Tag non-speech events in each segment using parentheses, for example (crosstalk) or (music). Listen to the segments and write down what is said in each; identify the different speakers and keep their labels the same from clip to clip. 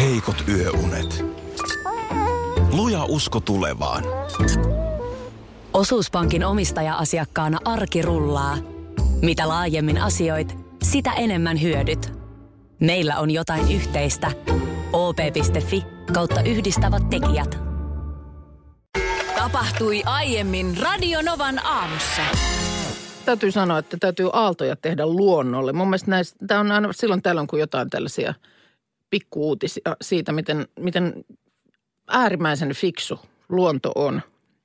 Speaker 1: heikot yöunet. Luja usko tulevaan.
Speaker 2: Osuuspankin omistaja-asiakkaana arki rullaa. Mitä laajemmin asioit, sitä enemmän hyödyt. Meillä on jotain yhteistä. op.fi kautta yhdistävät tekijät.
Speaker 3: Tapahtui aiemmin Radionovan aamussa.
Speaker 4: Täytyy sanoa, että täytyy aaltoja tehdä luonnolle. Mun mielestä näistä, tämä on aina silloin tällöin, kun jotain tällaisia pikkuuutisia siitä, miten, miten äärimmäisen fiksu luonto on,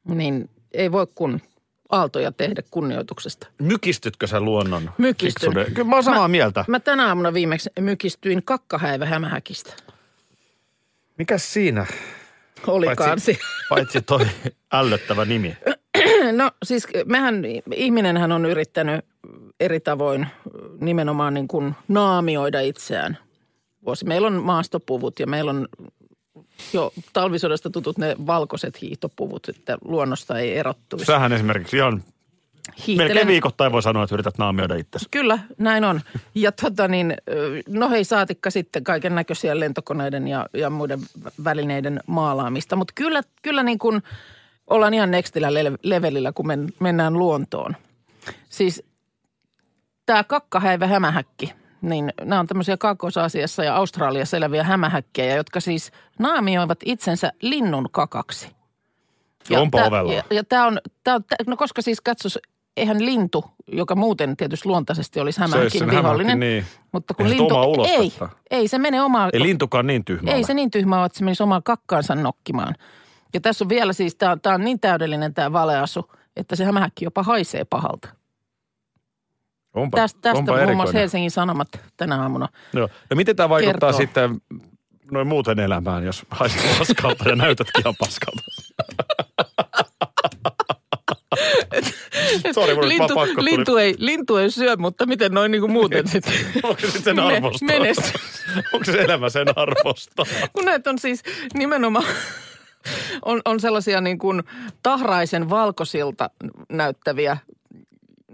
Speaker 4: niin ei voi kun aaltoja tehdä kunnioituksesta.
Speaker 5: Mykistytkö sä luonnon?
Speaker 4: Mykistyn.
Speaker 5: fiksuuden? Kyllä mä oon samaa mieltä.
Speaker 4: Mä tänä aamuna viimeksi mykistyin kakkahäivä hämähäkistä.
Speaker 5: Mikäs siinä?
Speaker 4: Oli
Speaker 5: Paitsi-
Speaker 4: kansi.
Speaker 5: Paitsi toi ällöttävä nimi.
Speaker 4: No siis mehän, ihminenhän on yrittänyt eri tavoin eh, nimenomaan niin kuin naamioida itseään. Vuosi. Meillä on maastopuvut ja meillä on eh, jo talvisodasta tutut ne valkoiset hiihtopuvut, että luonnosta ei erottuisi.
Speaker 5: Sähän esimerkiksi ihan
Speaker 4: Hiihtelen-
Speaker 5: melkein viikoittain voi sanoa, että yrität naamioida itsesi.
Speaker 4: Kyllä, näin on. Ja tota niin, ö, no hei saatikka sitten kaiken näköisiä lentokoneiden ja, ja muiden vä- välineiden maalaamista. Mutta kyllä, kyllä niin kuin ollaan ihan nextillä le- levelillä, kun men, mennään luontoon. Siis tämä kakkahäivä hämähäkki, niin nämä on tämmöisiä Kaakkois-Aasiassa ja Australiassa eläviä hämähäkkejä, jotka siis naamioivat itsensä linnun kakaksi. Ja
Speaker 5: Onpa
Speaker 4: tää-
Speaker 5: ovella.
Speaker 4: Ja, ja tämä on, tää on tää, no koska siis katsos, eihän lintu, joka muuten tietysti luontaisesti olisi
Speaker 5: Söisi sen
Speaker 4: hämähäkin vihollinen.
Speaker 5: hämähäkin, niin.
Speaker 4: Mutta kun
Speaker 5: Eihän se
Speaker 4: lintu,
Speaker 5: omaa ulostetta.
Speaker 4: ei, ei, se menee omaa,
Speaker 5: Ei lintukaan niin tyhmä
Speaker 4: ei
Speaker 5: ole.
Speaker 4: se niin tyhmä ole, että se menisi omaa kakkaansa nokkimaan. Ja tässä on vielä siis, tämä on, tää on niin täydellinen tämä valeasu, että se hämähäkki jopa haisee pahalta.
Speaker 5: Onpa,
Speaker 4: niin- Tästä, tästä
Speaker 5: onpa
Speaker 4: muun muassa
Speaker 5: erikoinen.
Speaker 4: Helsingin Sanomat tänä aamuna.
Speaker 5: Joo. No miten tämä vaikuttaa
Speaker 4: kertoo.
Speaker 5: sitten noin muuten elämään, jos haisit paskalta ja näytätkin ihan paskalta? Sori, mun lintu,
Speaker 4: lintu,
Speaker 5: pakko tuli.
Speaker 4: lintu, ei, lintu ei syö, mutta miten noin niin kuin
Speaker 5: (laughs)
Speaker 4: muuten sitten
Speaker 5: Onko se sit sen
Speaker 4: me-
Speaker 5: arvosta?
Speaker 4: menesty-
Speaker 5: Onko se elämä sen arvosta?
Speaker 4: Kun näitä on siis nimenomaan, on, on sellaisia niin kuin tahraisen valkoisilta näyttäviä,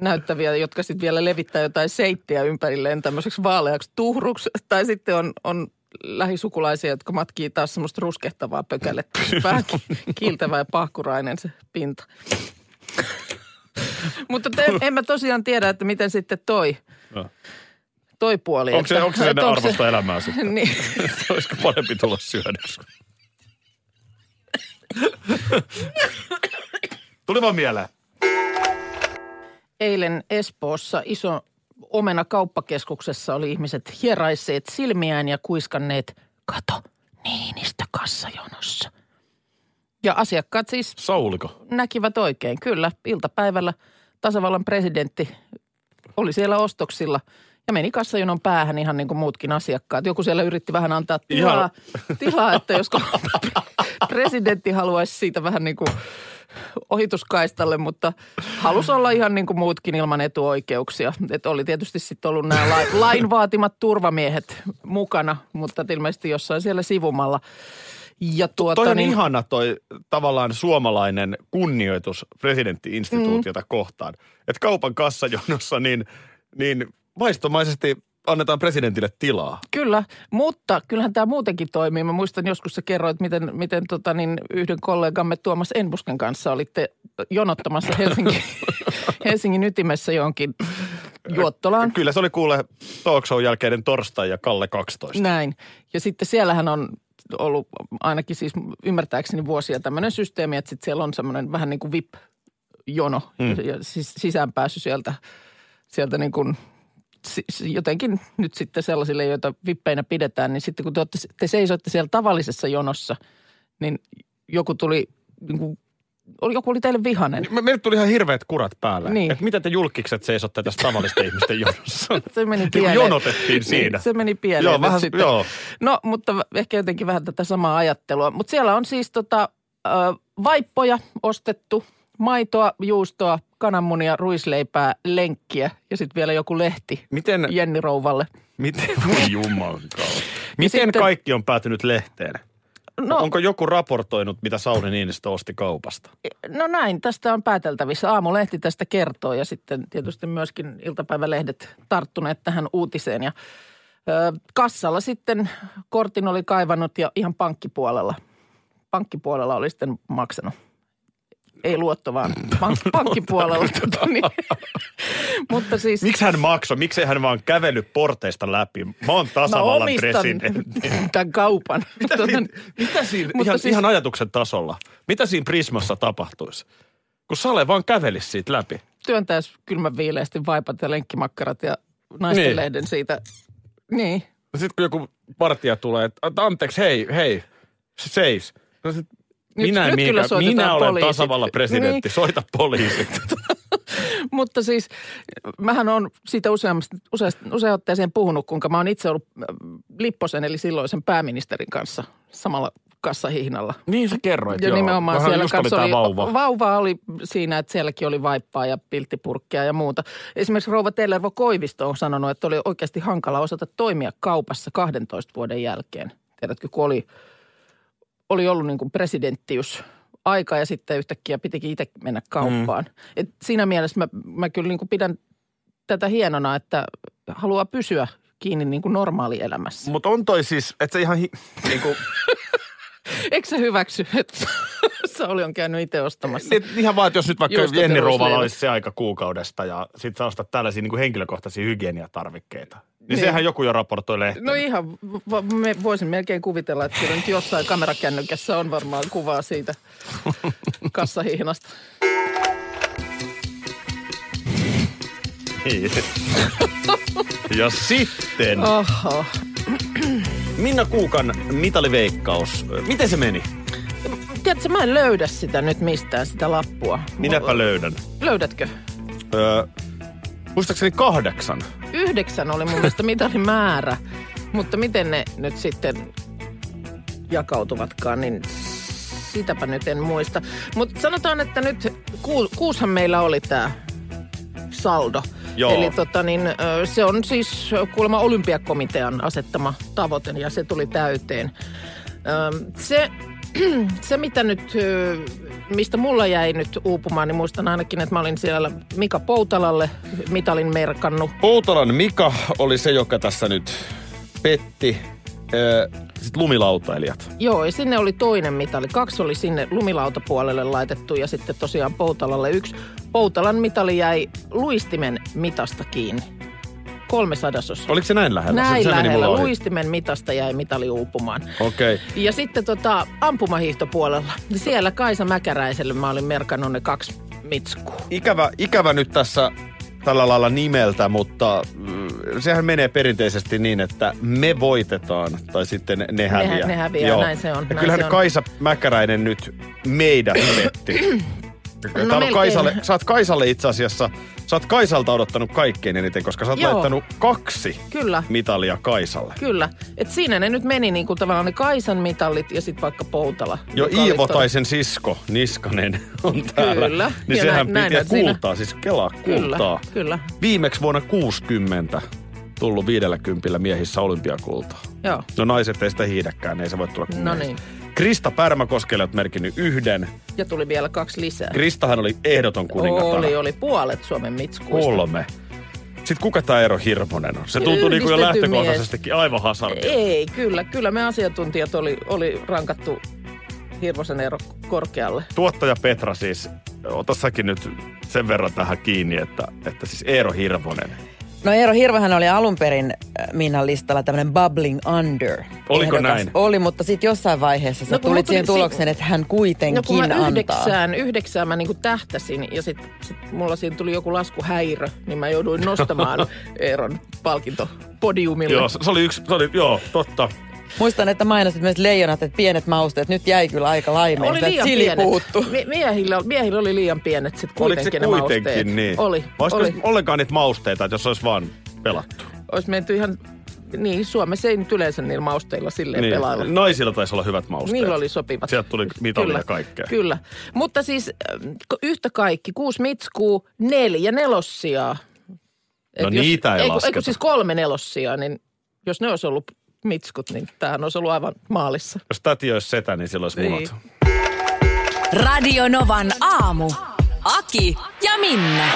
Speaker 4: näyttäviä jotka sitten vielä levittää jotain seittiä ympärilleen tämmöiseksi vaaleaksi tuhruksi. Tai sitten on, on lähisukulaisia, jotka matkii taas semmoista ruskehtavaa pökälettä, vähän ki- kiiltävä ja pahkurainen se pinta. Mutta te, en mä tosiaan tiedä, että miten sitten toi,
Speaker 5: No.
Speaker 4: toi puoli.
Speaker 5: Onko se,
Speaker 4: että-
Speaker 5: onko se sen
Speaker 4: että onko se-
Speaker 5: arvosta elämää sitten?
Speaker 4: (laughs) Niin.
Speaker 5: Olisiko parempi tulla syödyksi? Tuli vaan mieleen.
Speaker 4: Eilen Espoossa iso omena kauppakeskuksessa oli ihmiset hieraisseet silmiään ja kuiskanneet, kato, Niinistö kassajonossa. Ja asiakkaat siis
Speaker 5: Sauliko?
Speaker 4: näkivät oikein, kyllä, iltapäivällä tasavallan presidentti oli siellä ostoksilla ja meni kassajonon päähän ihan niin kuin muutkin asiakkaat. Joku siellä yritti vähän antaa tilaa, tilaa että josko (laughs) presidentti haluaisi siitä vähän niin kuin ohituskaistalle, mutta halusi olla ihan niin kuin muutkin ilman etuoikeuksia. Et oli tietysti sitten ollut nämä lain, (laughs) lain vaatimat turvamiehet mukana, mutta ilmeisesti jossain siellä sivumalla. Ja tuota,
Speaker 5: Toi on
Speaker 4: niin,
Speaker 5: ihana toi tavallaan suomalainen kunnioitus presidenttiinstituutiota
Speaker 4: Mm.
Speaker 5: kohtaan. Että kaupan kassajonossa niin, niin vaistomaisesti annetaan presidentille tilaa.
Speaker 4: Kyllä, mutta kyllähän tämä muutenkin toimii. Mä muistan joskus sä kerroit, miten, miten tota, niin yhden kollegamme Tuomas Enbusken kanssa olitte jonottamassa Helsingin, Helsingin ytimessä johonkin juottolaan.
Speaker 5: Kyllä se oli kuule talk show jälkeinen torstai ja Kalle 12.
Speaker 4: Näin. Ja sitten siellähän on ollut ainakin siis ymmärtääkseni vuosia tämmöinen systeemi, että sitten siellä on semmoinen vähän niin kuin VIP-jono mm. ja sis- sisäänpääsy sieltä, sieltä niin kuin si- si- jotenkin nyt sitten sellaisille, joita vippeinä pidetään, niin sitten kun te, olette, te seisoitte siellä tavallisessa jonossa, niin joku tuli, niin kuin, oli- joku oli teille vihanen.
Speaker 5: Me, meille tuli ihan hirveät kurat päälle.
Speaker 4: Niin.
Speaker 5: Et mitä te julkikset seisotte tässä tavallisten ihmisten jonossa?
Speaker 4: Se meni
Speaker 5: Niin kuin
Speaker 4: pieleen.
Speaker 5: jonotettiin siinä.
Speaker 4: Niin, se meni pieleen
Speaker 5: Joo,
Speaker 4: nyt
Speaker 5: vähän-
Speaker 4: sitten.
Speaker 5: joo.
Speaker 4: No, mutta v- ehkä jotenkin vähän tätä samaa ajattelua. Mutta siellä on siis tota, ö, vaippoja ostettu, maitoa, juustoa, kananmunia, ruisleipää, lenkkiä ja sitten vielä joku lehti
Speaker 5: Miten,
Speaker 4: Jenni Rouvalle. (laughs)
Speaker 5: miten, voi jumankaan. Miten
Speaker 4: sitten-
Speaker 5: kaikki on päätynyt lehteen?
Speaker 4: No,
Speaker 5: No. Onko joku raportoinut, mitä Sauli Niinistö osti kaupasta?
Speaker 4: no näin, tästä on pääteltävissä. Aamulehti tästä kertoo ja sitten tietysti myöskin iltapäivälehdet tarttuneet tähän uutiseen. Ja Ö, kassalla sitten kortin oli kaivannut ja ihan pankkipuolella. Pankkipuolella oli sitten maksanut. Ei luotto, vaan
Speaker 5: (laughs)
Speaker 4: pank- pankkipuolella. tota, (laughs) niin. Mutta siis...
Speaker 5: Miksi hän maksoi? Miksei hän vaan kävellyt porteista läpi? Mä oon
Speaker 4: Mä
Speaker 5: tasavallan
Speaker 4: No, omistan
Speaker 5: presidentti.
Speaker 4: (laughs) tämän kaupan.
Speaker 5: (laughs) Mitä
Speaker 4: Tota,
Speaker 5: siinä, mitä siinä
Speaker 4: Mutta
Speaker 5: ihan,
Speaker 4: siis-
Speaker 5: siis... ihan ajatuksen tasolla, mitä siinä Prismassa tapahtuisi? Kun Sale vaan kävelisi siitä läpi.
Speaker 4: työntäisi kylmän viileästi vaipat ja lenkkimakkarat ja naistenlehden siitä. Niin.
Speaker 5: Sitten No kun joku partija tulee, että "Anta anteeksi, hei, hei, se seis. No sit,
Speaker 4: Nyt-
Speaker 5: minä
Speaker 4: nyt
Speaker 5: en
Speaker 4: kyllä
Speaker 5: mihinkään,
Speaker 4: soitetaan
Speaker 5: minä olen
Speaker 4: poliisit.
Speaker 5: tasavallan presidentti,
Speaker 4: Niin.
Speaker 5: soita poliisit.
Speaker 4: (laughs) Mutta siis mähän on siitä useammasta, useasti, usein otteeseen puhunut, kuinka mä oon itse ollut äh, Lipposen eli silloisen pääministerin kanssa samalla kassahihnalla.
Speaker 5: niin sä kerroit,
Speaker 4: Ja
Speaker 5: joo.
Speaker 4: nimenomaan
Speaker 5: Vähän
Speaker 4: siellä
Speaker 5: just oli
Speaker 4: kanssa
Speaker 5: tää
Speaker 4: oli,
Speaker 5: vauva.
Speaker 4: vauva oli siinä, että sielläkin oli vaippaa ja pilttipurkkia ja muuta. Esimerkiksi rouva Tellervo Koivisto on sanonut, että oli oikeasti hankala osata toimia kaupassa 12 vuoden jälkeen. Tiedätkö, kun oli, oli ollut niin kuin presidenttius aika ja sitten yhtäkkiä pitikin itse mennä kauppaan.
Speaker 5: Mm.
Speaker 4: Et siinä mielessä mä, mä kyllä niin kuin pidän tätä hienona, että haluaa pysyä kiinni niin kuin normaalielämässä.
Speaker 5: Mutta on toi siis, että se ihan hi-
Speaker 4: (laughs)
Speaker 5: niinku,
Speaker 4: Eikö sä hyväksy, että (laughs) Sauli on käynyt itse ostamassa?
Speaker 5: et ihan vaan, että jos nyt vaikka
Speaker 4: Juustot ja
Speaker 5: Jenni Rouvalla
Speaker 4: ruisleivät.
Speaker 5: olisi se aika kuukaudesta ja sit sä ostat tällaisia niinku henkilökohtaisia hygieniatarvikkeita. Niin,
Speaker 4: Niin.
Speaker 5: niin sehän joku jo raportoi lehteen.
Speaker 4: No ihan, va- me voisin melkein kuvitella, että kyllä nyt jossain kamerakännykässä on varmaan kuvaa siitä kassahihnasta.
Speaker 5: (laughs) Niin. ja sitten
Speaker 4: Oh. Oho.
Speaker 5: Minna Kuukan mitaliveikkaus. Miten se meni?
Speaker 4: Tiedätkö, mä en löydä sitä nyt mistään, sitä lappua.
Speaker 5: Minäpä Niin löydän.
Speaker 4: Löydätkö?
Speaker 5: Öö, muistaakseni kahdeksan.
Speaker 4: Yhdeksän oli mun mielestä mitalin määrä, mutta miten ne nyt sitten jakautuvatkaan, niin sitäpä nyt en muista. Mutta sanotaan, että nyt ku, kuushan meillä oli tämä saldo.
Speaker 5: Joo.
Speaker 4: Eli tota niin, ö, se on siis ö, kuulemma olympiakomitean asettama tavoite ja se tuli täyteen. Ö, Se, (clears throat) se mitä nyt, ö, mistä mulla jäi nyt uupumaan, niin muistan ainakin, että mä olin siellä Mika Poutalalle mitalin merkannut.
Speaker 5: Poutalan Mika oli se, joka tässä nyt petti. Öö, sitten lumilautailijat.
Speaker 4: Joo, ja sinne oli toinen mitali. Kaksi oli sinne lumilautapuolelle laitettu ja sitten tosiaan Poutalalle yksi. Poutalan mitali jäi luistimen mitasta kiinni. Kolme sadasosa.
Speaker 5: Oliko se näin lähellä?
Speaker 4: Näin
Speaker 5: se, se meni
Speaker 4: lähellä.
Speaker 5: mulla ohi.
Speaker 4: Luistimen mitasta jäi mitali uupumaan.
Speaker 5: Okei. Okay.
Speaker 4: Ja sitten tota, ampumahiihtopuolella. Siellä Kaisa Mäkäräiselle mä olin merkannut ne kaksi mitskua.
Speaker 5: Ikävä, ikävä nyt tässä tällä lailla nimeltä, mutta mm, sehän menee perinteisesti niin, että me voitetaan tai sitten ne häviää.
Speaker 4: ne häviää, näin se on,
Speaker 5: Ja
Speaker 4: näin
Speaker 5: kyllähän
Speaker 4: se on.
Speaker 5: Kaisa Mäkäräinen nyt
Speaker 4: (clears throat)
Speaker 5: meidät petti. Täällä on
Speaker 4: No melkein.
Speaker 5: Kaisalle, sä oot Kaisalle itse asiassa, sä oot Kaisalta odottanut kaikkein eniten, koska sä oot
Speaker 4: Joo.
Speaker 5: laittanut kaksi
Speaker 4: Kyllä.
Speaker 5: mitalia Kaisalle.
Speaker 4: Kyllä. Et siinä ne nyt meni niin kuin tavallaan ne Kaisan mitallit ja sitten vaikka Poutala.
Speaker 5: Jo
Speaker 4: joka oli
Speaker 5: Iivo
Speaker 4: todella-
Speaker 5: tai sen sisko Niskanen (laughs) on täällä.
Speaker 4: Kyllä.
Speaker 5: Niin
Speaker 4: Ja
Speaker 5: sehän
Speaker 4: näin-
Speaker 5: piti ja
Speaker 4: näin siinä-
Speaker 5: kultaa, siis kelaa
Speaker 4: Kyllä,
Speaker 5: kultaa.
Speaker 4: kyllä.
Speaker 5: Viimeksi vuonna 60 tullut 50 miehissä olympiakultaa.
Speaker 4: Joo.
Speaker 5: No naiset ei sitä hiidäkään, ei se voi tulla kuin
Speaker 4: No
Speaker 5: mies.
Speaker 4: niin.
Speaker 5: Krista Pärmäkoskelle olet merkinnyt yhden.
Speaker 4: Ja tuli vielä kaksi lisää.
Speaker 5: Kristahan oli ehdoton kuningatar.
Speaker 4: Oli, oli puolet Suomen mitskuista.
Speaker 5: Kolme. Sitten kuka tämä Eero Hirvonen on? Se tuntuu niin kuin jo
Speaker 4: Yhdistetty
Speaker 5: lähtökohtaisestikin aivan hasardia.
Speaker 4: Ei, kyllä. Kyllä me asiantuntijat oli, oli rankattu Hirvosen ero korkealle.
Speaker 5: Tuottaja Petra siis, ota säkin nyt sen verran tähän kiinni, että, että siis Eero Hirvonen.
Speaker 6: No Eero Hirvohan oli alun perin äh, Minnan listalla tämmöinen bubbling under.
Speaker 5: Oliko
Speaker 6: ehdokas.
Speaker 5: näin?
Speaker 6: Oli, mutta sitten jossain vaiheessa sä
Speaker 4: No kun mä
Speaker 6: tulit
Speaker 4: tulin
Speaker 6: siihen
Speaker 4: si-
Speaker 6: tulokseen, että hän kuitenkin
Speaker 4: No kun mä
Speaker 6: antaa.
Speaker 4: yhdeksään, yhdeksään mä niinku tähtäsin ja sitten sit mulla siinä tuli joku laskuhäirö, niin mä jouduin
Speaker 5: (laughs)
Speaker 4: nostamaan Eeron palkinto podiumille.
Speaker 5: Joo, se se oli yksi, se oli, joo, totta.
Speaker 6: Muistan, että mainitsit myös leijonat, että pienet mausteet. Nyt jäi kyllä aika laimeista.
Speaker 4: Oli
Speaker 6: että
Speaker 4: liian
Speaker 6: sili
Speaker 4: pienet.
Speaker 6: puuttu.
Speaker 4: Mie- miehillä, miehillä oli liian pienet sitten
Speaker 5: Oliko
Speaker 4: kuitenkin
Speaker 5: se
Speaker 4: ne
Speaker 5: kuitenkin
Speaker 4: mausteet.
Speaker 5: niin?
Speaker 4: Oli,
Speaker 5: Olisiko
Speaker 4: oli.
Speaker 5: ollenkaan niitä mausteita, että jos olisi vaan pelattu?
Speaker 4: Olisi menty ihan, niin Suomessa ei nyt yleensä niillä mausteilla silleen niin. pelailla.
Speaker 5: Naisilla taisi olla hyvät mausteet.
Speaker 4: Niillä oli sopivat.
Speaker 5: Sieltä tuli mitalia kaikkea.
Speaker 4: Kyllä. Mutta siis ähm, ko- yhtä kaikki, kuusi mitskuu, neljä nelossijaa.
Speaker 5: No niitä ei
Speaker 4: ei kun-
Speaker 5: lasketa.
Speaker 4: Ei kun siis kolme nelossijaa, niin jos ne olisi ollut mitskut, niin tämähän olisi ollut aivan maalissa.
Speaker 5: Jos täti olisi setä, niin silloin olisi
Speaker 4: Niin.
Speaker 5: munat.
Speaker 2: Radio Novan aamu. Aki ja Minna.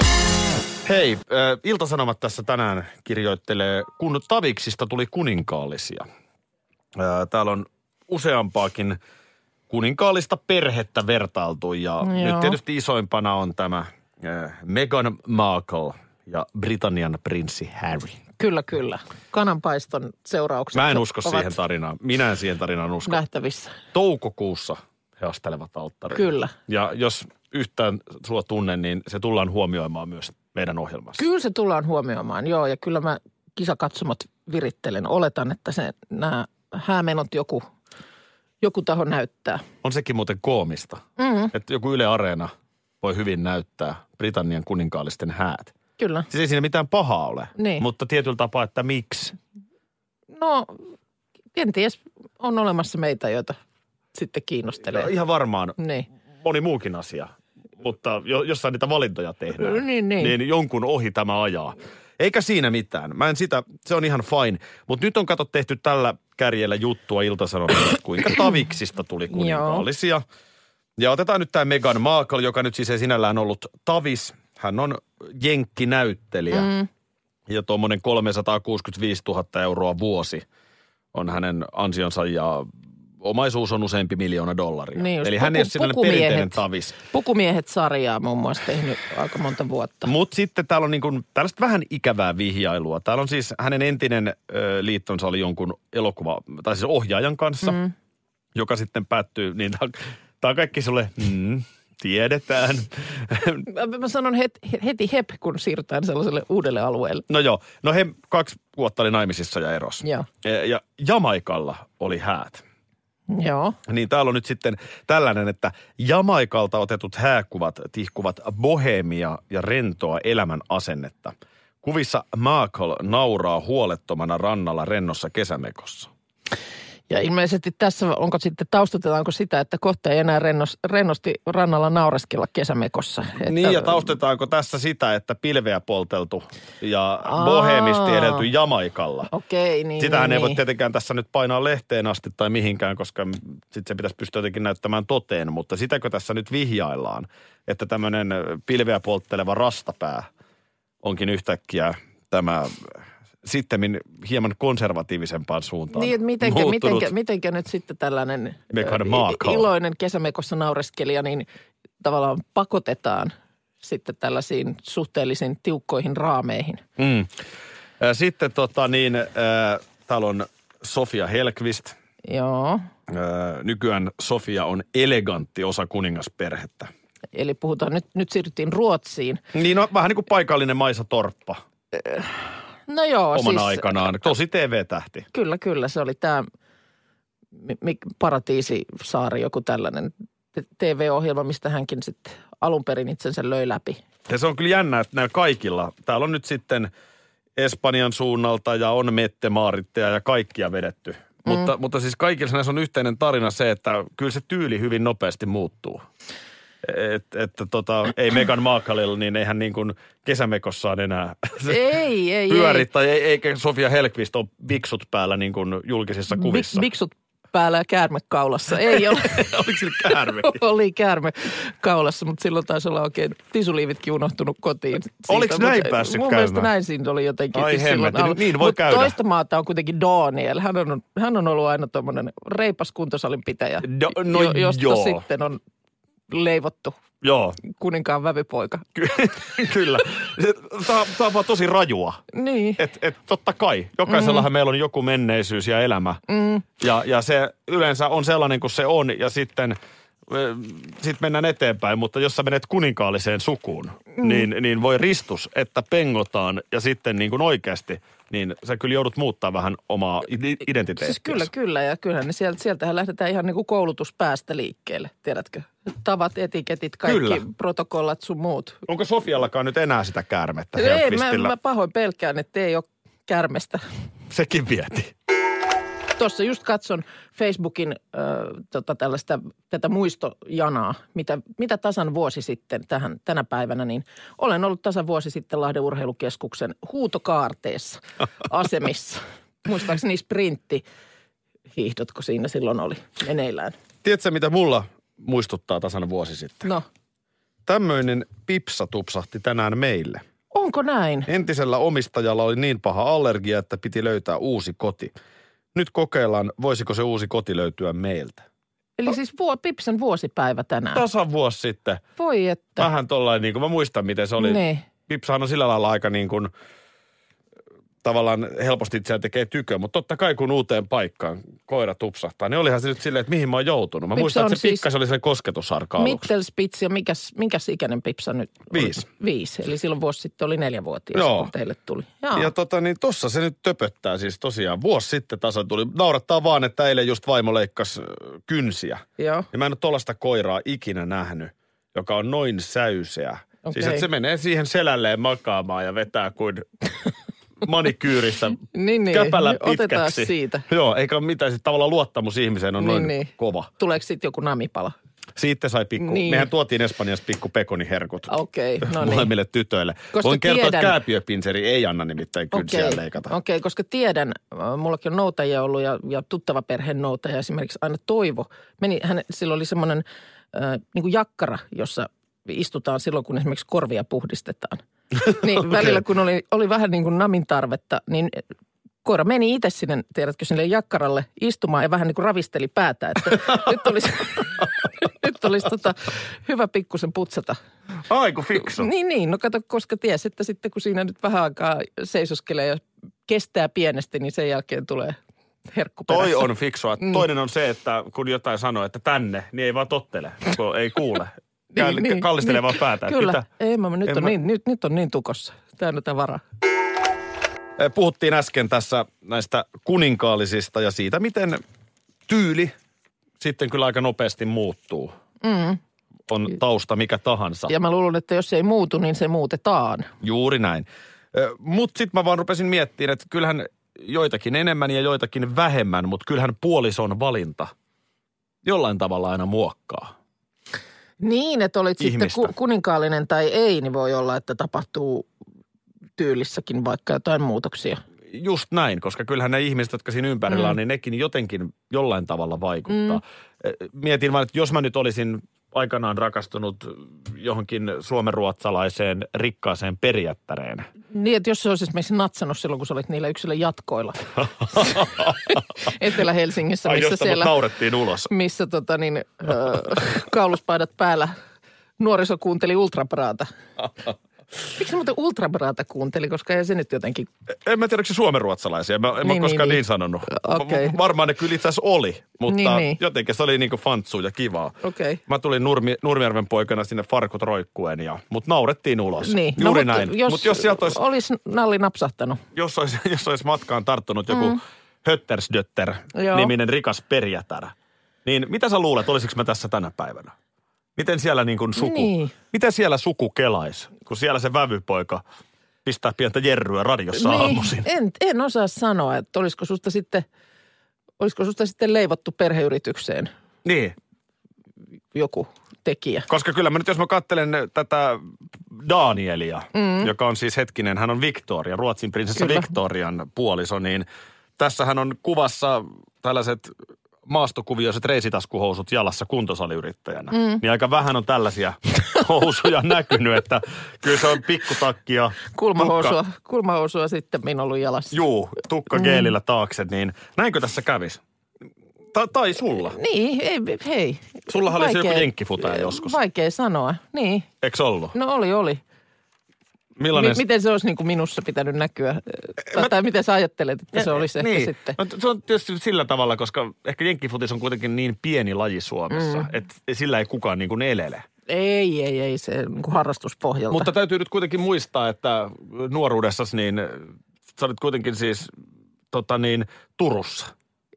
Speaker 5: Hei, äh, Iltasanomat tässä tänään kirjoittelee, kun taviksista tuli kuninkaallisia. Äh, täällä on useampaakin kuninkaallista perhettä vertailtu ja
Speaker 4: No
Speaker 5: nyt tietysti isoimpana on tämä äh, Meghan Markle ja Britannian prinssi Harry.
Speaker 4: Kyllä, kyllä. Kananpaiston seuraukset
Speaker 5: Mä en usko
Speaker 4: ovat
Speaker 5: siihen tarinaan. Minä en siihen tarinaan usko.
Speaker 4: nähtävissä.
Speaker 5: toukokuussa he astelevat alttarille.
Speaker 4: Kyllä.
Speaker 5: Ja jos yhtään sua tunne, niin se tullaan huomioimaan myös meidän ohjelmassa.
Speaker 4: Kyllä se tullaan huomioimaan, joo. Ja kyllä mä kisakatsomat virittelen. Oletan, että se, nämä häämenot joku, joku taho näyttää.
Speaker 5: On sekin muuten koomista, mm-hmm. että joku Yle Areena voi hyvin näyttää Britannian kuninkaallisten häät.
Speaker 4: Kyllä.
Speaker 5: Siis ei siinä mitään pahaa ole,
Speaker 4: Niin.
Speaker 5: mutta tietyllä tapaa, että miksi.
Speaker 4: No, kenties on olemassa meitä, joita sitten kiinnostelee.
Speaker 5: Ja No, ihan varmaan
Speaker 4: Niin.
Speaker 5: moni muukin asia, mutta jo, jossain niitä valintoja tehdään,
Speaker 4: Niin, niin.
Speaker 5: niin jonkun ohi tämä ajaa. Eikä siinä mitään. Mä en sitä, se on ihan fine. Mutta nyt on kato tehty tällä kärjellä juttua iltasanomista, kuinka taviksista tuli kuninkaallisia. Ja otetaan nyt tämä Megan Markle, joka nyt siis ei sinällään ollut tavis. Hän on jenkkinäyttelijä. Mm. Ja tuommoinen 365 000 euroa vuosi on hänen ansionsa ja omaisuus on useampi miljoona dollaria.
Speaker 4: Niin just,
Speaker 5: Eli hän ei ole
Speaker 4: puku-
Speaker 5: sinällään
Speaker 4: pukumiehet.
Speaker 5: perinteinen tavis.
Speaker 4: Pukumiehet-sarjaa muun muassa tehnyt aika monta vuotta.
Speaker 5: Mutta sitten täällä on niin kuin tällaista vähän ikävää vihjailua. Täällä on siis hänen entinen ö, liittonsa oli jonkun elokuva, tai siis ohjaajan kanssa, mm. joka sitten päättyy, niin tämä on kaikki sulle, mm, tiedetään.
Speaker 4: Mä- Mä sanon het, he- heti hep, kun siirrytään sellaiselle uudelle alueelle.
Speaker 5: No joo, no he kaksi vuotta oli naimisissa ja eros.
Speaker 4: Joo.
Speaker 5: Ja, ja Jamaikalla oli häät.
Speaker 4: Joo.
Speaker 5: Niin täällä on nyt sitten tällainen, että Jamaikalta otetut hääkuvat tihkuvat bohemia ja rentoa elämän asennetta. Kuvissa Michael nauraa huolettomana rannalla rennossa kesämekossa.
Speaker 4: Ja ilmeisesti tässä, onko sitten, taustotetaanko sitä, että kohta ei enää rennos, rennosti rannalla naureskella kesämekossa. Että,
Speaker 5: Niin ja taustetaanko tässä sitä, että pilveä polteltu ja
Speaker 4: Aa.
Speaker 5: bohemisti edelty Jamaikalla?
Speaker 4: Okei, niin.
Speaker 5: Sitähän
Speaker 4: niin,
Speaker 5: ei voi
Speaker 4: niin.
Speaker 5: tietenkään tässä nyt painaa lehteen asti tai mihinkään, koska sitten se pitäisi pystyä jotenkin näyttämään toteen, mutta sitäkö tässä nyt vihjaillaan, että tämmöinen pilveä poltteleva rastapää onkin yhtäkkiä tämä sittemmin hieman konservatiivisempaan suuntaan
Speaker 4: Niin, että mitenkä,
Speaker 5: muuttunut.
Speaker 4: mitenkä, mitenkä nyt sitten tällainen
Speaker 5: Mekan
Speaker 4: ö, i-
Speaker 5: maakao.
Speaker 4: iloinen kesämekossa naureskelija, niin tavallaan pakotetaan sitten tällaisiin suhteellisiin tiukkoihin raameihin.
Speaker 5: Mm. Äh, Sitten tota niin, äh, täällä on Sofia Helqvist.
Speaker 4: Joo,
Speaker 5: Äh, Nykyään Sofia on elegantti osa kuningasperhettä.
Speaker 4: eli puhutaan, nyt, nyt siirryttiin Ruotsiin.
Speaker 5: Niin no, vähän niin kuin paikallinen Maisa Torppa.
Speaker 4: No joo,
Speaker 5: omana
Speaker 4: siis,
Speaker 5: aikanaan. Tosi TV-tähti.
Speaker 4: Kyllä, kyllä. Se oli tämä Paratiisisaari, joku tällainen t- TV-ohjelma, mistä hänkin sitten alun perin itsensä löi
Speaker 5: (laughs)
Speaker 4: läpi.
Speaker 5: Ja se on kyllä jännä, että näillä kaikilla, täällä on nyt sitten Espanjan suunnalta ja on mettemaaritteja ja kaikkia vedetty. Mm. Mutta, mutta siis kaikilla näissä on yhteinen tarina se, että kyllä se tyyli hyvin nopeasti muuttuu. Et, että tota, ei Megan Maakalilla, niin eihän niin kuin kesämekossaan enää
Speaker 4: Ei, ei,
Speaker 5: (laughs) pyöri.
Speaker 4: ei.
Speaker 5: Tai ei- eikä Sofia Helkvist ole viksut päällä niin kuin julkisissa kuvissa.
Speaker 4: Biksut päällä ja käärme kaulassa. Ei ole.
Speaker 5: (laughs) Oliko sillä käärme?
Speaker 4: (laughs) oli käärme kaulassa, mutta silloin taisi olla oikein tisuliivitkin unohtunut kotiin. Siitä,
Speaker 5: Oliko
Speaker 4: mutta
Speaker 5: näin päässyt
Speaker 4: Mun mielestä
Speaker 5: käymään?
Speaker 4: näin siinä oli jotenkin.
Speaker 5: Ai
Speaker 4: silloin
Speaker 5: hemmetti,
Speaker 4: alla.
Speaker 5: niin voi
Speaker 4: Mut
Speaker 5: käydä.
Speaker 4: toista maata on kuitenkin Daniel. Hän on, hän on ollut aina tuommoinen reipas kuntosalin pitäjä,
Speaker 5: Do- no
Speaker 4: josta
Speaker 5: joo.
Speaker 4: sitten on leivottu
Speaker 5: Joo,
Speaker 4: kuninkaan vävypoika.
Speaker 5: (laughs) kyllä. Tämä, tämä on vaan tosi rajua.
Speaker 4: Niin.
Speaker 5: Et, et, totta kai, jokaisellahan mm. meillä on joku menneisyys ja elämä. Mm. Ja, ja se yleensä on sellainen kuin se on ja sitten ö, sit mennään eteenpäin. Mutta jos sä menet kuninkaalliseen sukuun, mm. niin, niin voi ristus, että pengotaan ja sitten niin kuin oikeasti, niin sä kyllä joudut muuttaa vähän omaa i- identiteettiä.
Speaker 4: Siis kyllä, kyllä. Ja kyllähän ne sieltä, sieltähän lähdetään ihan niin kuin koulutuspäästä liikkeelle, tiedätkö? Tavat, etiketit, kaikki
Speaker 5: Kyllä.
Speaker 4: protokollat sun muut.
Speaker 5: Onko Sofiallakaan nyt enää sitä käärmettä
Speaker 4: Ei, mä,
Speaker 5: Hellqvistillä?
Speaker 4: mä pahoin pelkään, että ei ole kärmestä.
Speaker 5: Sekin vieti.
Speaker 4: Tuossa just katson Facebookin ö, tota, tällaista, tätä muistojanaa, mitä, mitä tasan vuosi sitten tähän, tänä päivänä, niin olen ollut tasan vuosi sitten Lahden urheilukeskuksen huutokaarteessa asemissa. Muistaakseni sprintti, hiihdotko siinä silloin oli meneillään.
Speaker 5: Tiedätkö, mitä mulla muistuttaa tasan vuosi sitten?
Speaker 4: No,
Speaker 5: Tämmöinen pipsa tupsahti tänään meille.
Speaker 4: Onko näin?
Speaker 5: Entisellä omistajalla oli niin paha allergia, että piti löytää uusi koti. Nyt kokeillaan, voisiko se uusi koti löytyä meiltä.
Speaker 4: Eli siis vuo, Pipsen vuosipäivä tänään.
Speaker 5: Tasan vuosi sitten.
Speaker 4: Voi että.
Speaker 5: Vähän tollain, niin kuin mä muistan, miten se oli.
Speaker 4: Niin.
Speaker 5: Pipsahan on sillä lailla aika niin kuin, tavallaan helposti itseään tekee tykö, mutta totta kai kun uuteen paikkaan koira tupsahtaa, niin olihan se nyt silleen, että mihin mä oon joutunut. Mä
Speaker 4: Pips
Speaker 5: muistan,
Speaker 4: on
Speaker 5: että se
Speaker 4: siis-
Speaker 5: pikkas oli sen kosketusarka aluksi.
Speaker 4: Mittelspitz ja mikäs, mikäs ikäinen Pipsa nyt oli?
Speaker 5: Viisi.
Speaker 4: Viisi, eli silloin vuosi sitten oli neljävuotias,
Speaker 5: Joo.
Speaker 4: kun teille tuli. Joo.
Speaker 5: Ja
Speaker 4: Ja
Speaker 5: tota niin, tossa se nyt töpöttää siis tosiaan. Vuosi sitten tasan tuli. Naurattaa vaan, että eilen just vaimo leikkasi äh, kynsiä.
Speaker 4: Joo.
Speaker 5: Ja mä en ole tollasta koiraa ikinä nähnyt, joka on noin säyseä. Okay. Siis
Speaker 4: Okei.
Speaker 5: että se menee siihen selälleen makaamaan ja vetää kuin
Speaker 4: (laughs)
Speaker 5: manikyyrissä
Speaker 4: Niin, niin.
Speaker 5: käpällä
Speaker 4: Nyt
Speaker 5: pitkäksi.
Speaker 4: otetaan siitä.
Speaker 5: Joo, eikä ole mitään. Sitten tavallaan luottamus ihmiseen on
Speaker 4: Niin,
Speaker 5: noin
Speaker 4: niin.
Speaker 5: kova.
Speaker 4: Tuleeko sitten joku namipala?
Speaker 5: Siitä sai pikku, niin.
Speaker 4: Niin.
Speaker 5: mehän tuotiin Espanjasta pikku pekoniherkut.
Speaker 4: Okei, no niin.
Speaker 5: Molemmille tytöille.
Speaker 4: Koska
Speaker 5: Voin kertoa, että
Speaker 4: tiedän-
Speaker 5: kääpiöpinseri ei anna nimittäin kynsiä
Speaker 4: Okei,
Speaker 5: leikata.
Speaker 4: Okei, koska tiedän, äh, mullakin on noutajia ollut ja, ja tuttava perheen noutaja esimerkiksi aina Toivo. Meni, hän, sillä oli semmoinen äh, niin kuin jakkara, jossa istutaan silloin, kun esimerkiksi korvia
Speaker 5: (laughs)
Speaker 4: puhdistetaan. Niin okay. välillä, kun oli, oli vähän niin kuin namin tarvetta, niin koira meni itse sinne, tiedätkö, sinne jakkaralle istumaan ja vähän niin kuin ravisteli päätä, että nyt olisi, (laughs) nyt olisi tota, hyvä pikkusen putsata.
Speaker 5: Aiku fiksu.
Speaker 4: Niin, niin. No kato, koska ties, että sitten kun siinä nyt vähän aikaa seisoskelee ja kestää pienesti, niin sen jälkeen tulee herkku
Speaker 5: Toi
Speaker 4: perässä.
Speaker 5: on fiksua.
Speaker 4: Mm.
Speaker 5: Toinen on se, että kun jotain sanoo, että tänne, niin ei vaan tottele, kun ei kuule. Käy,
Speaker 4: (laughs) (laughs) Niin, niin,
Speaker 5: kallistelee
Speaker 4: niin.
Speaker 5: vaan päätä. että
Speaker 4: Kyllä.
Speaker 5: mitä?
Speaker 4: Ei, mä, nyt,
Speaker 5: En
Speaker 4: on
Speaker 5: mä-
Speaker 4: Niin, nyt, nyt on niin tukossa. Täynnä tämä vara.
Speaker 5: Eh, Puhuttiin äsken tässä näistä kuninkaallisista ja siitä, miten tyyli sitten kyllä aika nopeasti muuttuu. Mm. On tausta mikä tahansa.
Speaker 4: Ja mä luulen, että jos se ei muutu, niin se muutetaan.
Speaker 5: Juuri näin. Mutta sitten mä vaan rupesin miettimään, että kyllähän joitakin enemmän ja joitakin vähemmän, mutta kyllähän puolison valinta jollain tavalla aina muokkaa.
Speaker 4: Niin, että olit
Speaker 5: Ihmistä.
Speaker 4: sitten ku, kuninkaallinen tai ei, niin voi olla, että tapahtuu tyylissäkin vaikka jotain muutoksia.
Speaker 5: Just näin, koska kyllähän ne ihmiset, jotka siinä ympärillä on,
Speaker 4: Mm.
Speaker 5: niin nekin jotenkin jollain tavalla vaikuttaa. Mm. Mietin vaan, että jos mä nyt olisin aikanaan rakastunut johonkin suomenruotsalaiseen rikkaaseen perjättäreen.
Speaker 4: Niin, että jos se olisi esimerkiksi natsannut silloin, kun sä olit niillä yksillä
Speaker 5: (laughs)
Speaker 4: jatkoilla Etelä-Helsingissä, missä siellä...
Speaker 5: naurettiin ulos.
Speaker 4: missä tota niin, öö, kauluspaidat päällä nuoriso kuunteli ultrapraata. Miksi se muuten ultrapraata kuunteli, koska ei se nyt jotenkin...
Speaker 5: Eh, En mä tiedä, onko se suomenruotsalaisia. Mä, en niin, mä
Speaker 4: Niin,
Speaker 5: koskaan niin,
Speaker 4: niin,
Speaker 5: niin
Speaker 4: niin.
Speaker 5: sanonut.
Speaker 4: Okei.
Speaker 5: Va- Varmaan ne kyllä itse asiassa oli, mutta niin,
Speaker 4: Niin,
Speaker 5: niin.
Speaker 4: niin.
Speaker 5: jotenkin se oli niinku fantsuu ja kivaa.
Speaker 4: Okei.
Speaker 5: Mä tulin Nurmi, Nurmijärven poikana sinne farkut roikkuen, ja, mutta naurettiin ulos.
Speaker 4: Niin.
Speaker 5: Juuri
Speaker 4: mutta
Speaker 5: näin. Jos, mutta jos, sieltä olisi,
Speaker 4: Olisi nalli napsahtanut.
Speaker 5: jos, olisi, (laughs) jos olisi matkaan tarttunut joku mm.
Speaker 4: Joo.
Speaker 5: Höttersdötter-niminen rikas perjätär, niin mitä sä luulet, olisiko mä tässä tänä päivänä? Miten siellä niin kuin suku, niin.
Speaker 4: Niin.
Speaker 5: miten siellä suku kelaisi, kun siellä se vävypoika pistää pientä jerryä radiossa niin. aamuisin?
Speaker 4: en, en osaa sanoa, että olisiko susta sitten, olisiko susta sitten leivottu perheyritykseen
Speaker 5: Niin.
Speaker 4: joku tekijä.
Speaker 5: Koska kyllä mä nyt, jos mä katselen tätä Danielia, mm. joka on siis hetkinen, hän on Victoria, Ruotsin prinsessa
Speaker 4: Kyllä.
Speaker 5: Victorian puoliso, niin tässähän on kuvassa tällaiset maastokuvioiset reisitaskuhousut jalassa kuntosaliyrittäjänä. Mm. Niin aika vähän on tällaisia housuja näkynyt, että kyllä se on pikkutakkia.
Speaker 4: Kulmahousua, kulmahousua sitten minä ollut jalassa.
Speaker 5: Juu, tukka geelillä taakse, niin näinkö tässä kävis? Ta- tai sulla.
Speaker 4: Niin, ei, hei.
Speaker 5: Sullahan oli se joku
Speaker 4: Vaikea- äh,
Speaker 5: jenkkifutaja joskus.
Speaker 4: Vaikea sanoa, niin.
Speaker 5: Eikö ollut?
Speaker 4: No oli, oli.
Speaker 5: Millainen
Speaker 4: Mi- miten se olisi niin kuin minussa pitänyt näkyä? Äh, Tai, tai miten sä ajattelet, että se olisi ehkä
Speaker 5: niin.
Speaker 4: sitten?
Speaker 5: No, se on tietysti sillä tavalla, koska ehkä jenkkifutis on kuitenkin niin pieni laji Suomessa, mm. että sillä ei kukaan niin kuin elele.
Speaker 4: Ei, ei, ei, se niin kuin harrastuspohjalta.
Speaker 5: Mutta täytyy nyt kuitenkin muistaa, että nuoruudessasi niin äh, sä olit kuitenkin siis tota niin, Turussa,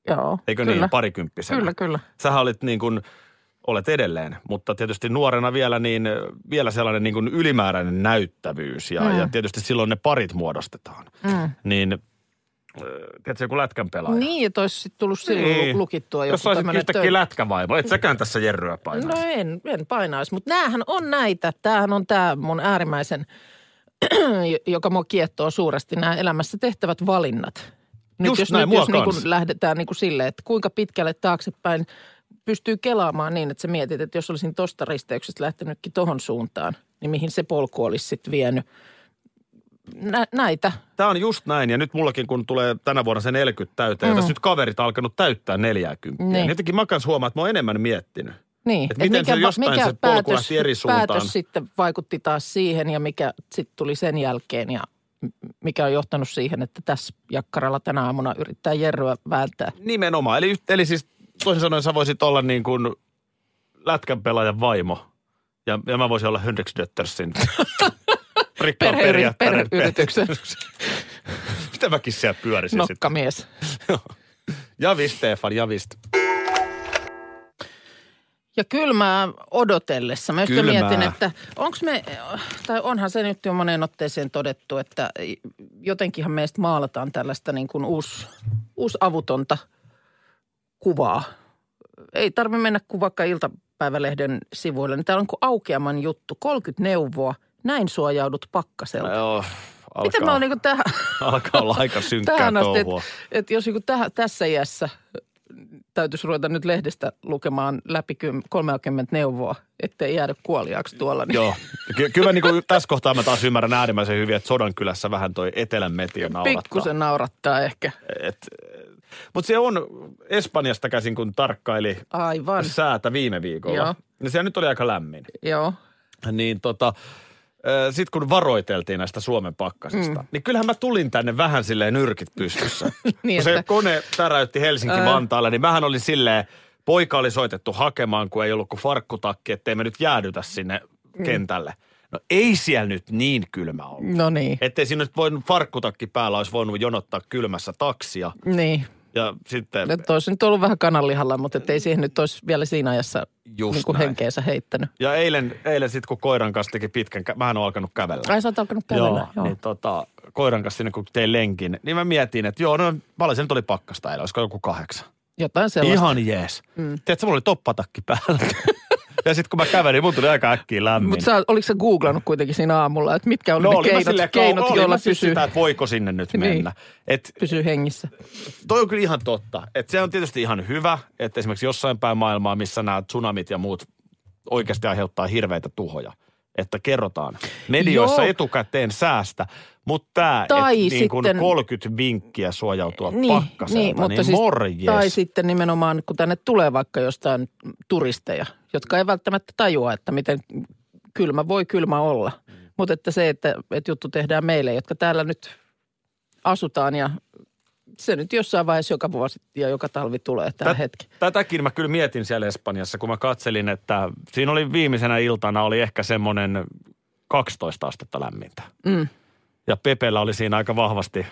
Speaker 4: Joo,
Speaker 5: eikö
Speaker 4: kyllä.
Speaker 5: niin, parikymppisenä.
Speaker 4: Kyllä, kyllä.
Speaker 5: Sähän olit niin kuin, olet edelleen, mutta tietysti nuorena vielä niin, äh, vielä sellainen niin kuin ylimääräinen näyttävyys ja, mm. ja tietysti silloin ne parit muodostetaan. Mm. Niin, äh, tiedätkö, joku lätkän pelaaja.
Speaker 4: Niin, että olisi sit tullut silloin
Speaker 5: Niin.
Speaker 4: lu- lukittua joku
Speaker 5: Jos olisit
Speaker 4: tämmönen
Speaker 5: yhtäkkiä
Speaker 4: tö-
Speaker 5: lätkävaiva, et säkään tässä jerryä painaisi.
Speaker 4: No en, en painaisi, mutta näähän on näitä. Tämähän on tämä mun äärimmäisen, (clears throat) joka mua kiehtoo suuresti, nämä elämässä tehtävät valinnat.
Speaker 5: Just
Speaker 4: jos,
Speaker 5: näin,
Speaker 4: nyt,
Speaker 5: mua
Speaker 4: jos niin
Speaker 5: kans.
Speaker 4: kuin lähdetään niin kuin sille, että kuinka pitkälle taaksepäin pystyy kelaamaan niin, että sä mietit, että jos olisin tuosta risteyksestä lähtenytkin tohon suuntaan, niin mihin se polku olisi sitten vienyt. nä- näitä.
Speaker 5: Tämä on just näin, ja nyt mullakin kun tulee tänä vuonna se 40 täyteen, mm. ja tässä nyt kaverit alkanut täyttää 40. Niin.
Speaker 4: Niin.
Speaker 5: Jotenkin mä kans huomaan, että mä oon enemmän miettinyt.
Speaker 4: Niin,
Speaker 5: Et miten se
Speaker 4: va-
Speaker 5: jostain se polku lähti eri suuntaan.
Speaker 4: päätös sitten vaikutti taas siihen ja mikä sitten tuli sen jälkeen ja m- mikä on johtanut siihen, että tässä jakkaralla tänä aamuna yrittää jerryä välttää.
Speaker 5: Nimenomaan. Eli, yht- eli siis toisin sanoen sä voisit olla niin kuin lätkän pelaajan vaimo. Ja, ja mä voisin olla Henrik
Speaker 4: (laughs)
Speaker 5: Döttersin rikkaan
Speaker 4: Perheyri-
Speaker 5: perjättären
Speaker 4: perheyrityksen.
Speaker 5: (laughs) Mitä mäkin siellä pyörisin sitten?
Speaker 4: Nokkamies.
Speaker 5: Javi Stefan, javist.
Speaker 4: Ja kylmää odotellessa. Mä just
Speaker 5: Kylmää.
Speaker 4: mietin, että onks me, tai onhan se nyt jo moneen otteeseen todettu, että jotenkinhan meistä maalataan tällaista niin kuin uus, uusavutonta kuvaa. Ei tarvi mennä kuin vaikka iltapäivälehden sivuille. Niin täällä on kuin aukeaman juttu. 30 neuvoa. Näin suojaudut pakkaselta.
Speaker 5: Joo, alkaa,
Speaker 4: Miten mä oon niin kuin tähän,
Speaker 5: alkaa olla aika synkkää
Speaker 4: tähän asti, että
Speaker 5: touhua.
Speaker 4: et jos joku täh, tässä iässä täytyisi ruveta nyt lehdestä lukemaan läpi kym- 30 neuvoa, ettei jäädä kuoliaaksi tuolla. Niin
Speaker 5: Joo. Ky- kyllä mä niin kuin, tässä kohtaa mä taas ymmärrän äärimmäisen hyvin, että Sodankylässä vähän toi Etelän metia naurattaa.
Speaker 4: Pikkusen naurattaa ehkä.
Speaker 5: Mutta se on Espanjasta käsin, kun tarkkaili
Speaker 4: Aivan,
Speaker 5: säätä viime viikolla. Joo.
Speaker 4: Joo.
Speaker 5: Ja se nyt oli aika lämmin.
Speaker 4: joo.
Speaker 5: Niin tota, sitten kun varoiteltiin näistä Suomen pakkasista, mm. niin kyllähän mä tulin tänne vähän silleen nyrkit pystyssä. kun
Speaker 4: (laughs) Niin,
Speaker 5: se
Speaker 4: että-
Speaker 5: kone täräytti Helsinki-Vantaalle, niin mähän oli silleen, poika oli soitettu hakemaan, kun ei ollut kuin farkkutakki, ettei me nyt jäädytä sinne
Speaker 4: Mm.
Speaker 5: kentälle. No ei siellä nyt niin kylmä ollut.
Speaker 4: No niin,
Speaker 5: Ettei siinä nyt voinut farkkutakki päällä, olisi voinut jonottaa kylmässä taksia.
Speaker 4: niin.
Speaker 5: Ja sitten...
Speaker 4: Että olisi nyt ollut vähän kananlihalla, mutta et ei siihen nyt olisi vielä siinä ajassa
Speaker 5: Just
Speaker 4: niin kuin
Speaker 5: näin.
Speaker 4: henkeensä heittänyt.
Speaker 5: Ja eilen, eilen sitten kun koiran kanssa teki pitkän, kä- mähän on alkanut kävellä.
Speaker 4: Ai sä oot alkanut kävellä. Joo, joo.
Speaker 5: Niin tota, koiran kanssa sinne kun tein lenkin, niin mä mietin, että joo, no paljon se nyt oli pakkasta eilen, olisiko joku kahdeksan.
Speaker 4: Jotain sellaista.
Speaker 5: Ihan jees. Mm. Tiedätkö, mulla oli toppatakki
Speaker 4: (laughs)
Speaker 5: päällä. ja sitten kun mä kävelin, mun tuli aika äkkiä lämmin.
Speaker 4: Mutta oliko sä googlannut kuitenkin siinä aamulla, että mitkä on
Speaker 5: niin. no,
Speaker 4: ne
Speaker 5: olin mä
Speaker 4: keinot,
Speaker 5: silleen,
Speaker 4: keinot
Speaker 5: olin
Speaker 4: joilla
Speaker 5: mä siis
Speaker 4: pysyy,
Speaker 5: sitä, että voiko
Speaker 4: (laughs)
Speaker 5: sinne nyt
Speaker 4: Niin.
Speaker 5: mennä. Et
Speaker 4: pysyy hengissä?
Speaker 5: toi on kyllä ihan totta. Että se on tietysti ihan hyvä, että esimerkiksi jossain päin maailmaa, missä nämä tsunamit ja muut oikeasti aiheuttaa hirveitä tuhoja. Että kerrotaan medioissa
Speaker 4: Joo.
Speaker 5: etukäteen säästä, mutta tämä,
Speaker 4: Tai
Speaker 5: että niin kuin
Speaker 4: sitten-
Speaker 5: 30 vinkkiä suojautua
Speaker 4: niin,
Speaker 5: pakkaselta, niin, mutta niin siis, morjes.
Speaker 4: Tai sitten nimenomaan, kun tänne tulee vaikka jostain turisteja, jotka ei välttämättä tajua, että miten kylmä voi kylmä olla. Mutta että se, että, että juttu tehdään meille, jotka täällä nyt asutaan ja se nyt jossain vaiheessa joka vuosi ja joka talvi tulee tämä
Speaker 5: Tät-
Speaker 4: hetki.
Speaker 5: Tätäkin mä kyllä mietin siellä Espanjassa, kun mä katselin, että siinä oli viimeisenä iltana oli ehkä semmoinen 12 astetta lämmintä.
Speaker 4: Mm.
Speaker 5: Ja Pepellä oli siinä aika vahvasti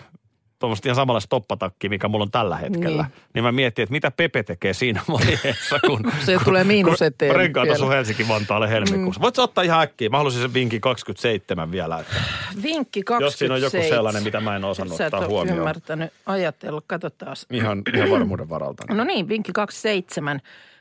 Speaker 5: tuommoista ihan samalla stoppatakki, mikä mulla on tällä hetkellä. Niin,
Speaker 4: Niin.
Speaker 5: niin mä mietin, että mitä Pepe tekee siinä (laughs) vaiheessa, kun...
Speaker 4: (laughs) Se tulee miinus eteen
Speaker 5: Renkaat
Speaker 4: vielä.
Speaker 5: asuu Helsinki-Vantaalle helmikuussa. Mm. Voit sä ottaa ihan äkkiä? Mä haluaisin sen vinkin 27 vielä. Että
Speaker 4: Vinkki 27.
Speaker 5: jos siinä on joku sellainen, mitä mä en osannut
Speaker 4: Sä et
Speaker 5: ottaa
Speaker 4: ole
Speaker 5: huomioon.
Speaker 4: ymmärtänyt ajatella. Katso taas.
Speaker 5: Ihan, ihan varmuuden varalta.
Speaker 4: No niin, vinkki 27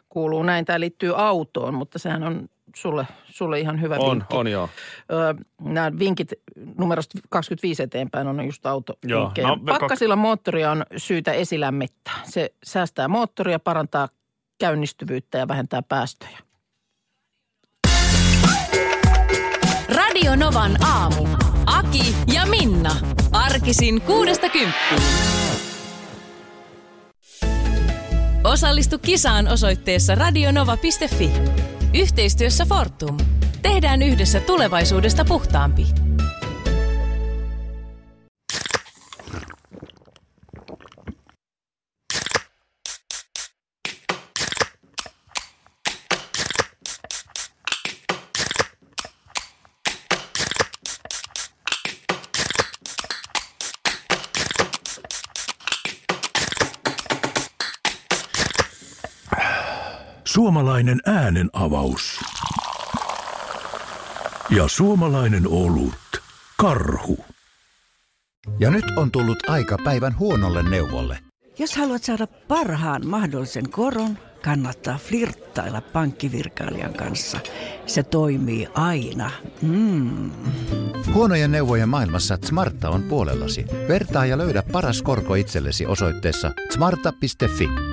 Speaker 4: kuuluu näin. Tämä liittyy autoon, mutta sehän on sulle, sulle ihan hyvä
Speaker 5: on,
Speaker 4: vinkki.
Speaker 5: on joo.
Speaker 4: Öö, nämä vinkit numerosta 25 eteenpäin on just auto.
Speaker 5: Joo, no, me kak-
Speaker 4: Pakkasilla moottoria on syytä esilämmittää. Se säästää moottoria, parantaa käynnistyvyyttä ja vähentää päästöjä.
Speaker 3: Radio Novan aamu. Aki ja Minna. Arkisin kuudesta kymppiin. Osallistu kisaan osoitteessa radionova.fi. Yhteistyössä Fortum. Tehdään yhdessä tulevaisuudesta puhtaampi.
Speaker 1: Suomalainen äänen avaus. Ja suomalainen olut. Karhu.
Speaker 7: Ja nyt on tullut aika päivän huonolle neuvolle.
Speaker 8: Jos haluat saada parhaan mahdollisen koron, kannattaa flirttailla pankkivirkailijan kanssa. Se toimii aina. Mm.
Speaker 7: Huonojen neuvojen maailmassa Smarta on puolellasi. Vertaa ja löydä paras korko itsellesi osoitteessa smarta.fi.